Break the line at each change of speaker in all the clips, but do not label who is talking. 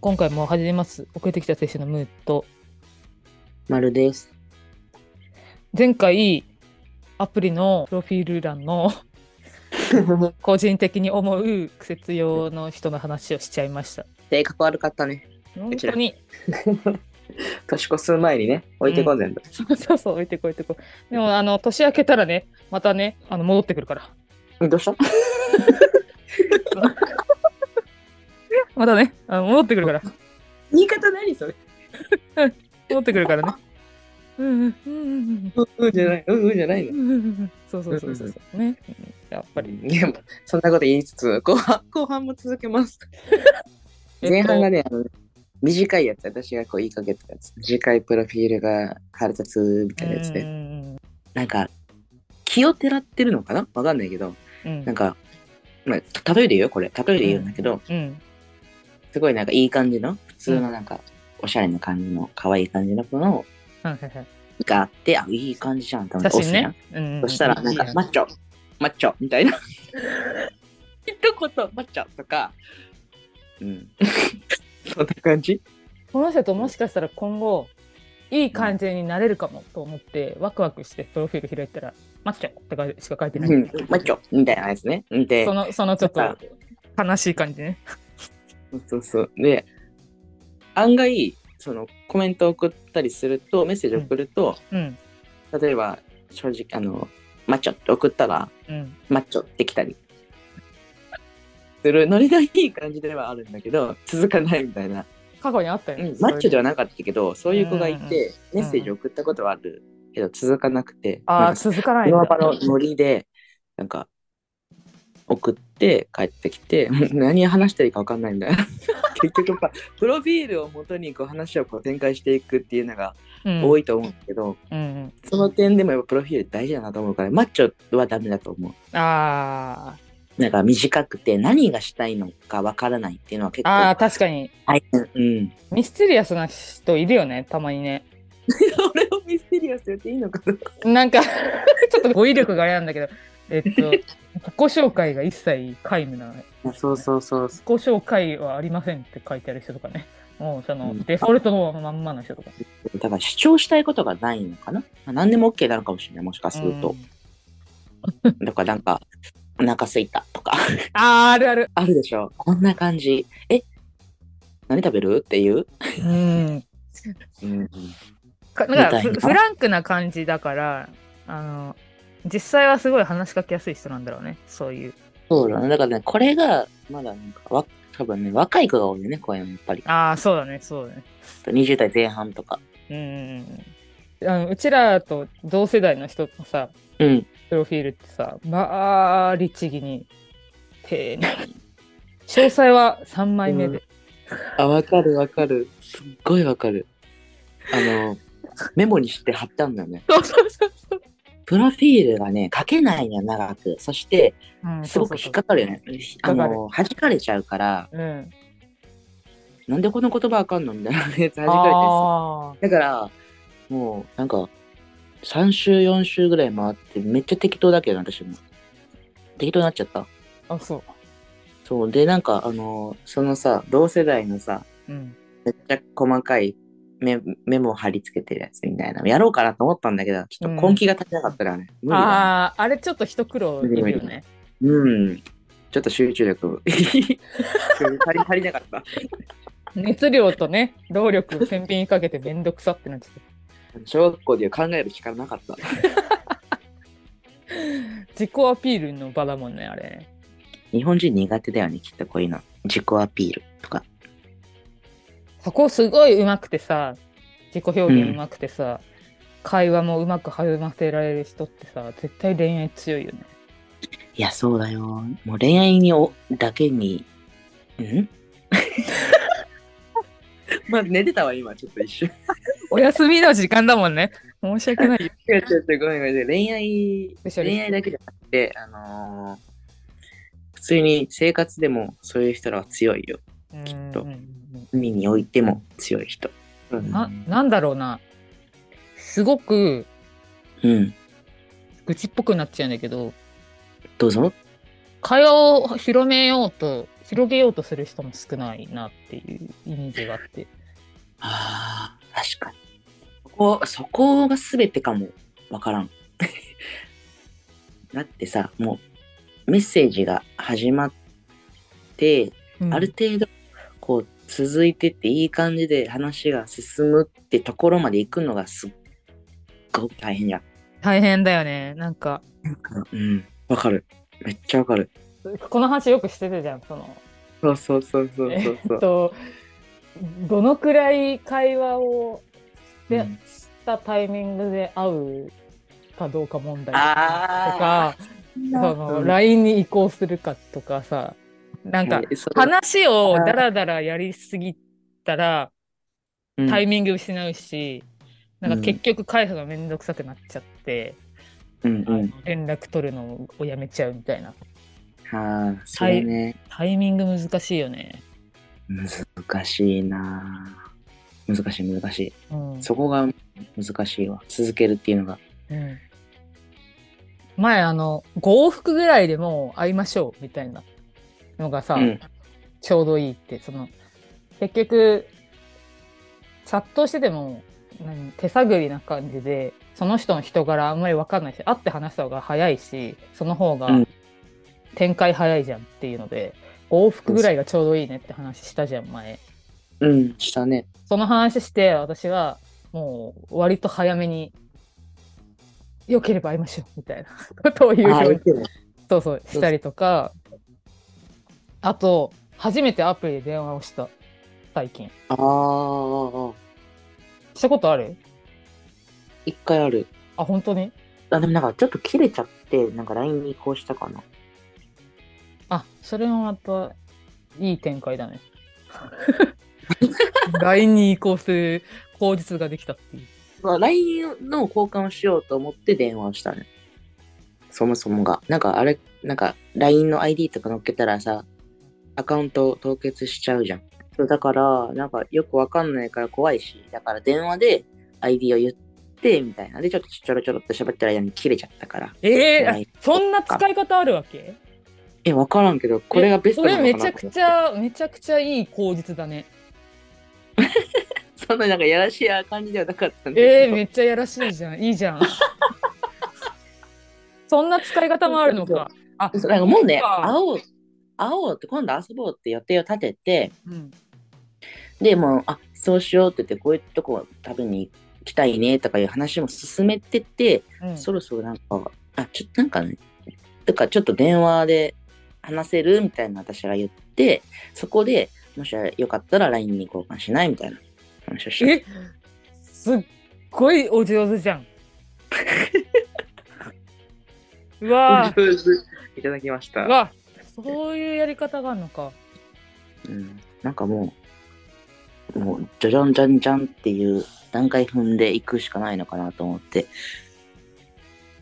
今回も始めます。遅れてきた選手のムーと、
丸 です。
前回、アプリのプロフィール欄の 個人的に思う苦節用の人の話をしちゃいました。
性格悪かったね。
本
ち
当
ら
に、
年越す前にね、置いてこう全部。
そうそうそう、置いてこい置いてこい。でも、あの、年明けたらね、またね、あの戻ってくるから。
えどうした
またね、あの戻ってくるから。
言い方何それ
戻ってくるからね。うんうんうんうん
うんうんじゃない、うんうんじゃな
うんうんうんうん。そうそうそうそうそう。ね。うんやっぱり。
でも、そんなこと言いつつ、後半後半も続けます。 前半がね、あの短いやつ、私がこう言いかけたやつ。短いプロフィールが腹立つみたいなやつ
う
で。
ん
なんか、気をてらってるのかなわかんないけど、
うん
なんか、まあ、例えで言うよ、これ。例えで言うんだけど、
うん
すごいなんかいい感じの、普通のなんか、おしゃれな感じの、可愛い感じの子の
はいはいはい
があって、あ、いい感じじゃんって思って
写
押
真
すやん
ね。うんうんうん
そしたら、なん
い
か、
い
マ
ね
ッチョ、マッチョみたいな。一言、マッチョとか。うん。そんな感じ
この人ともしかしたら今後いい感じになれるかもと思ってワクワクしてプロフィール開いたら「マッチョ」ってかしか書いて
うん
ない、
マッチョみたいなやつね。で、
そ
そ
のそのちょっと
なんか
悲しい感じね
うそうそう。で、案外、そのコメント送ったりすると、メッセージ送ると、
うん
例えば、正直、あの、マッチョって送ったら、
うん
マッチョってきたりするノリのいい感じではあるんだけど続かないみたいな、
過去にあったよね、
マッチョで
ゃ
はなかったけどそういう子がいて、
うんうん
メッセージ送ったことはあるけど続かなくて
あ
な
あ
んか
続かない
そ
んだ
の場のノリでなんか送って帰ってきて 何話したらいいか分かんないんだよ 結局やっぱプロフィールをもとにこう話をこう展開していくっていうのが
うん
多いと思うんだけど、
うん
その点でもやっぱプロフィール大事だなと思うからマッチョはダメだと思う。
うん、あー
なんか短くて何がしたいのかわからないっていうのは結
あ
構
ー確かに
大変。うん。
ミステリアスな人いるよねたまにね
それをミステリアスやっていいのかな
なんか ちょっと語彙力があれなんだけどえっと自己紹介が一切皆無な
そうそうそうそ
自己紹介はありませんって書いてある人とかね。 もうその、
うん
デフォルトのまんまの人とか。
う。だから主張したいことがないのかな、まあ、何でも OK なのかもしれない、もしかする
う
と
ん。
だからなんか、お腹すいたとか、
あーあるある。
あるでしょ。こんな感じ。え何食べるっていう。
うん。
うん。
かなんか
みたい
フ
な
フランクな感じだから、あの、実際はすごい話しかけやすい人なんだろうね。そういう。
そうだね。だからね、これが、まだなんか、わ多分ね、若い子が多いよね、こういうのやっぱり。
ああ、そうだね、そうだね。
20代前半とか。
うん。あのうちらと同世代の人のさ、
うん。
プロフィールってさ、まあ、律儀に、丁寧に。詳細は3枚目で。
あ、わかるわかる。すっごいわかる。あ の、メモにして貼ったんだよね。
そうそうそうそう。
プロフィールがね、書けないのよ、長く。そして、
うん
すごく引っかかるよね。
か
あ
る
の、弾かれちゃうから、
うん。
なんでこの言葉わかんのみたいなやつ弾か
あ
れてるんですよ。だから、もう、なんか、3週、4週ぐらい回って、めっちゃ適当だけど、私も。適当になっちゃった。
ああそ
そう。で、なんか、あの、そのさ、同世代のさ、
う、うん、
めっちゃ細かいメメモを貼り付けてるやつみたいなのやろうかなと思ったんだけど、ちょっと根気が立ちなかったからね。無理だね
あああれちょっと一苦労いるよね
うん。ちょっと集 中力足り足りなかった。
熱量とね労力を天秤にかけてめんどくさってなっちゃって
小学校でいう考える力なかった。
自己アピールの場だもんねあれ
日本人苦手だよね、きっとこういうの。自己アピールとか。
そこすごい上手くてさ自己表現上手くてさ、会話もうまく弾ませられる人ってさ絶対恋愛強いよね
いや、そうだよ。もう恋愛におだけに。ん まあ寝てたわ、今、ちょっと一瞬。
お休みの時間だもんね申し訳ないよ
違う違う違うごめんごめん。恋愛
スペシャリス
恋愛だけじゃなくて、あのー普通に生活でもそういう人らは強いよ。
ト
きっと
うんうんうん
海においても強い人。うん
ななんだろうなすごく
うん。
愚痴っぽくなっちゃうんだけど
どうぞ。
会話を広めようと広げようとする人も少ないなっていうイメージがあって。
ああ、確かに。そこ、そこが全てかもわからん。 だってさ、もう、メッセージが始まって、
うん
ある程度、こう、続いてっていい感じで話が進むってところまで行くのがすっごく大変や。
大変だよね。なんか、
うん、わかる。めっちゃわかる。
この話よくしてたじゃん。その、
そうそうそうそう
え
そうそ
っ
う。
と、どのくらい会話をで、
うん
したタイミングで会うかどうか問題と
あ
か、その LINE に移行するかとかさ、なんか、
えそれ
話をダラダラやりすぎたら
うん
タイミング失うし、なんか結局会話がめんどくさくなっちゃって、
うんう
あの
ん。
連絡取るのをやめちゃうみたいな
ああ、そうね。
タイミング難しいよね。
難しいなぁ難しい難し
うん
いそこが難しいわ続けるっていうのが
うん前あの5往復ぐらいでもう会いましょうみたいなのがさ、
うん
ちょうどいいってその結局チャットしてても何手探りな感じでその人の人柄あんまり分かんないし会って話した方が早いしその方が
うん
展開早いじゃんっていうので、5往復ぐらいがちょうどいいねって話したじゃん前。
うんしたね
その話して私はもう割と早めに良ければ会いましょうみたいな ことを言うようにそうそうしたりとかあと初めてアプリで電話をした最近
ああ
したことある
一回ある
あ本当に
あでもなんかちょっと切れちゃってなんか LINE に移行したかな
あそれもまたいい展開だ ね LINE に移行する口実ができたっていう
まあ LINE の交換をしようと思って電話をしたねそもそもがなんかあれなんか LINE の ID とか載っけたらさアカウント凍結しちゃうじゃんそうだからなんかよくわかんないから怖いしだから電話で ID を言ってみたいなでちょっとちょろちょろっと喋ってる間に切れちゃったから
えー
LINE
あそんな使い方あるわけ
えわからんけどこれがベストなのかな
えそれめちゃくちゃめちゃくちゃいい口実だね
そんななんかやらしい感じではなかったん
え
け
ー、
ど
めっちゃやらしいじゃん。いい じゃん。そんな使い方もあるのか。あ
そうなんかもう
そ
ね
っか
会おう会おうって今度遊ぼうって予定を立てて
うん。
でもうあそうしようって言ってこういうとこ食べに行きたいねとかいう話も進めてて、
うん
そろそろなんかあちょっとなんかねとかちょっと電話で話せるみたいな私が言ってそこでもしよかったら LINE に交換しないみたいな話をして
えすっごいお上手じ ゃん。うわ
お上手いただきまし
あ、
た
うわあ、そういうやり方があるのか。
うん、なんかもう、もう、じゃじゃんじゃんじゃんっていう段階踏んでいくしかないのかなと思って。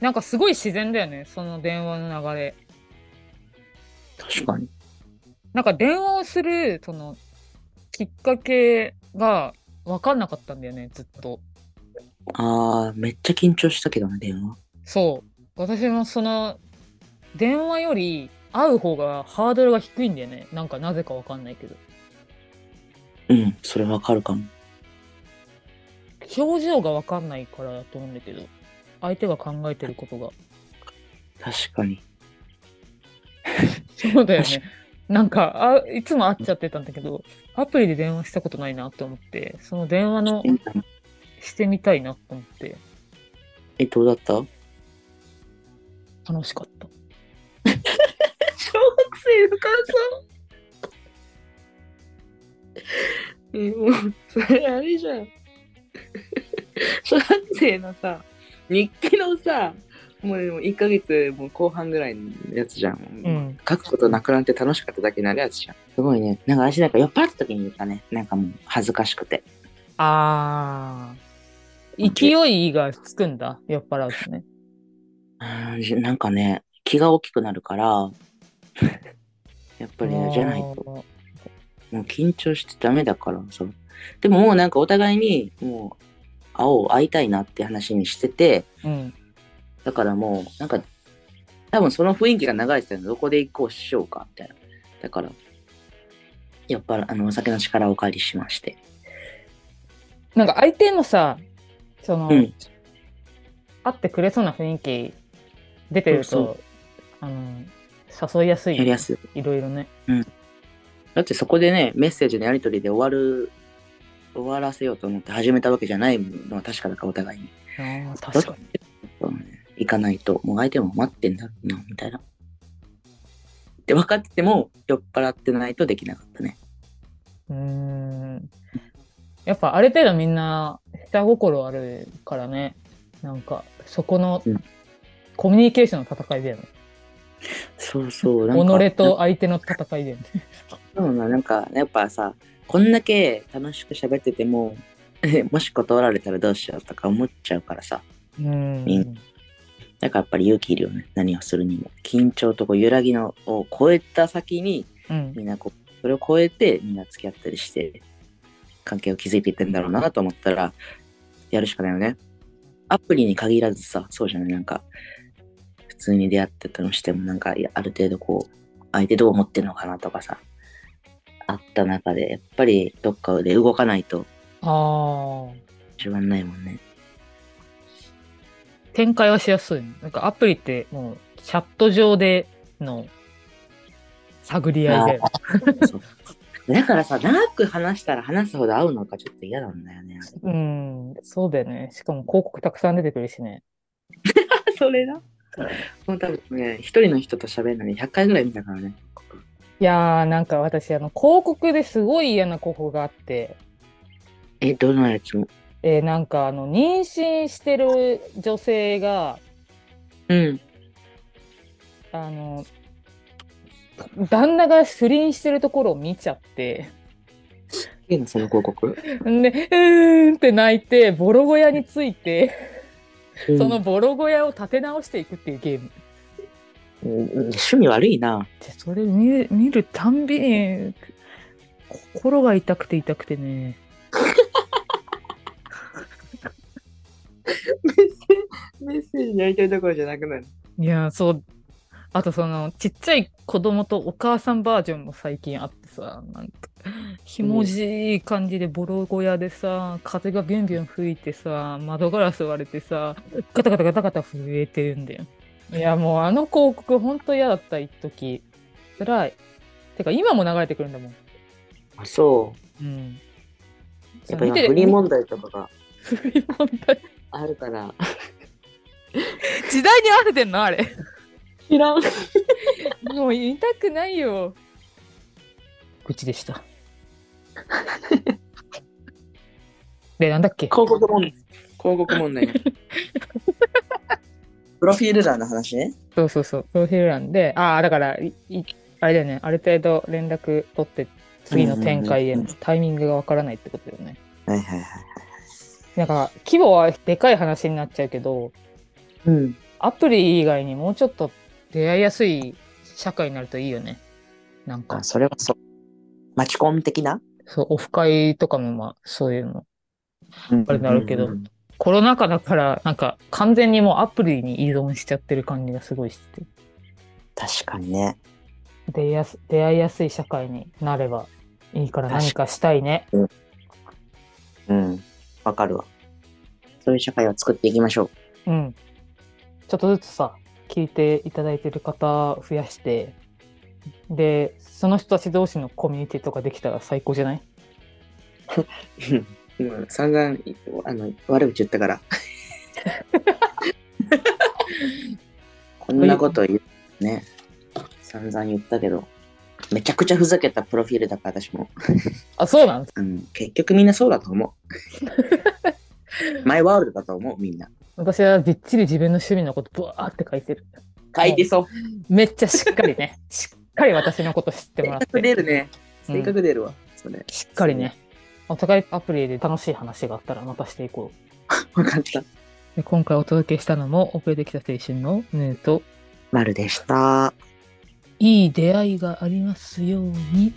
なんかすごい自然だよね、その電話の流れ。
確かに。
なんか電話をする、その、きっかけが分かんなかったんだよね、ずっと。
ああ、めっちゃ緊張したけどね、電話。
そう。私もその、電話より会う方がハードルが低いんだよね。なんかなぜかわかんないけど。
うん、それわかるかも。
表情がわかんないからだと思うんだけど。相手が考えてることが。
確かに。
そうだよね。なんかあ、いつも会っちゃってたんだけど、アプリで電話したことないなと思って、その電話のしてみたいなと思って、
え、どうだった小
楽しかった。
学生の感想え、もう、それあれじゃん。 小学生のさ、日記のさ、もう1ヶ月もう後半ぐらいのやつじゃん。
うん。
書くことなくなって楽しかっただけになるやつじゃん。すごいね。なんか私なんか酔っ払った時に言ったね。なんかもう恥ずかしくて。
あー。勢いがつくんだ。酔っ払うとね。
うーん、なんかね、気が大きくなるから、やっぱりね、じゃないと。
と。
もう緊張してダメだからさ。でももうなんかお互いに、もう、会おう、会いたいなって話にしてて、
うん。
だからもう、なんか、多分その雰囲気が流れてたのどこで行こうしようか、みたいな。だから、酔っ払あのお酒の力をお借りしまして。
なんか相手のさ、その、
うん
会ってくれそうな雰囲気出てると、
そう
あの、誘いやすいよ
や
ね。
りやすい。
いろいろね。
だってそこでね、メッセージのやり取りで終わる、終わらせようと思って始めたわけじゃないのは確かだから、お互いに。
あー確かに。
そうね行かないと、もう相手も待ってんだろうな、みたいな。って分かってても、酔っ払ってないとできなかったね。
うーん。やっぱある程度みんな下心あるからね。なんか、そこの
うん
コミュニケーションの戦いだよね。
そうそう、なんか。
己と相手の戦いだよね。
そうな、なんか、やっぱさ、こんだけ楽しく喋ってても、 もし断られたらどうしようとか思っちゃうからさ。
う
み
ん。
だからやっぱり勇気いるよね。何をするにも。緊張とこう揺らぎのを超えた先に、
うん。
みんなこう、それを超えて、みんな付き合ったりして、関係を築いていってんだろうなと思ったら、やるしかないよね。アプリに限らずさ、そうじゃない、なんか、普通に出会ってたとしても、なんか、いやある程度こう、相手どう思ってんのかなとかさ、あった中で、やっぱりどっかで動かないと
ああ。
始まんないもんね。
展開はしやすいね。なんかアプリってもうチャット上での探り合いで。
そうだからさ、長く話したら話すほど合うのかちょっと嫌なんだよね。
うん、そうだよね。しかも広告たくさん出てくるしね。
それだ。もう多分ね、一人の人と喋るのに100回ぐらい見たからね。
いやー、なんか私、あの、広告ですごい嫌な広告があって、
え、どのやつも。
えーなんかあの、妊娠してる女性が、
うん。
あの、旦那が不倫してるところを見ちゃって、
いいの、その広告。
んで、うーんって泣いて、ボロ小屋について、そのボロ小屋を立て直していくっていうゲーム。
うん、うん趣味悪いな。
でそれ見る見るたんびに心が痛くて痛くてね
メッセメッセージや りたいところじゃなくなる。
いやそうあとそのちっちゃい子供とお母さんバージョンも最近あってさなんかひもじい感じでボロ小屋でさ風がビュンビュン吹いてさ窓ガラス割れてさガタガタガタガタ震えてるんだよいやもうあの広告ほんと嫌だった一時辛いてか今も流れてくるんだもん
あ、そう。
うん
やっぱ今不倫問題とかが
不倫問題
あるから。
時代に合わせてんのあれ
知らん。
もう言いたくないよ。愚痴でした。 で、なんだっけ
広告問題。広告問題。 プロフィール欄の話ね。
そうそうそう。プロフィール欄で、ああ、だから、いいあれだよね。ある程度連絡取って、次の展開へ
うん
の
うん
タイミングがわからないってことだよね。
はいはいはい。
なんか、規模はでかい話になっちゃうけど、
うん。
アプリ以外にもうちょっと出会いやすい社会になるといいよね。なんか
あ、、それはそう。マチコン的な
そう、オフ会とかもまあ、そういうのあれになるけど
うんうんうん
コロナ禍だから、なんか完全にもうアプリに依存しちゃってる感じがすごいしてて、
確かにね。
出やす出会いやすい社会になればいいから
確かに
何かしたいね。
うん。わかるわ。そういう社会を作っていきまし ょう。
うん。ちょっとずつさ、聞いていただいてる方増やして、で、その人たち同士のコミュニティとかできたら最高じゃない
もう散々あの悪口言った から。こんなこと言うね。散々言ったけど。めちゃくちゃふざけたプロフィールだから私も。
あ、そうなん
うん、結局みんなそうだと思 う。マイワールドだと思うみんな。
私はびっちり自分の趣味のことブワーって書いてる。
書いてそう。
めっちゃしっかり ね。しっかり私のこと知ってもら
性
っ
格
て。
出るね。
うん
性格出るわ。それ。
しっかりね。お互いアプリで楽しい話があったらまたしていこう。
わかった。
で今回お届けしたのも遅れてきた青春のヌーと
まるでした。
いい出会いがありますように。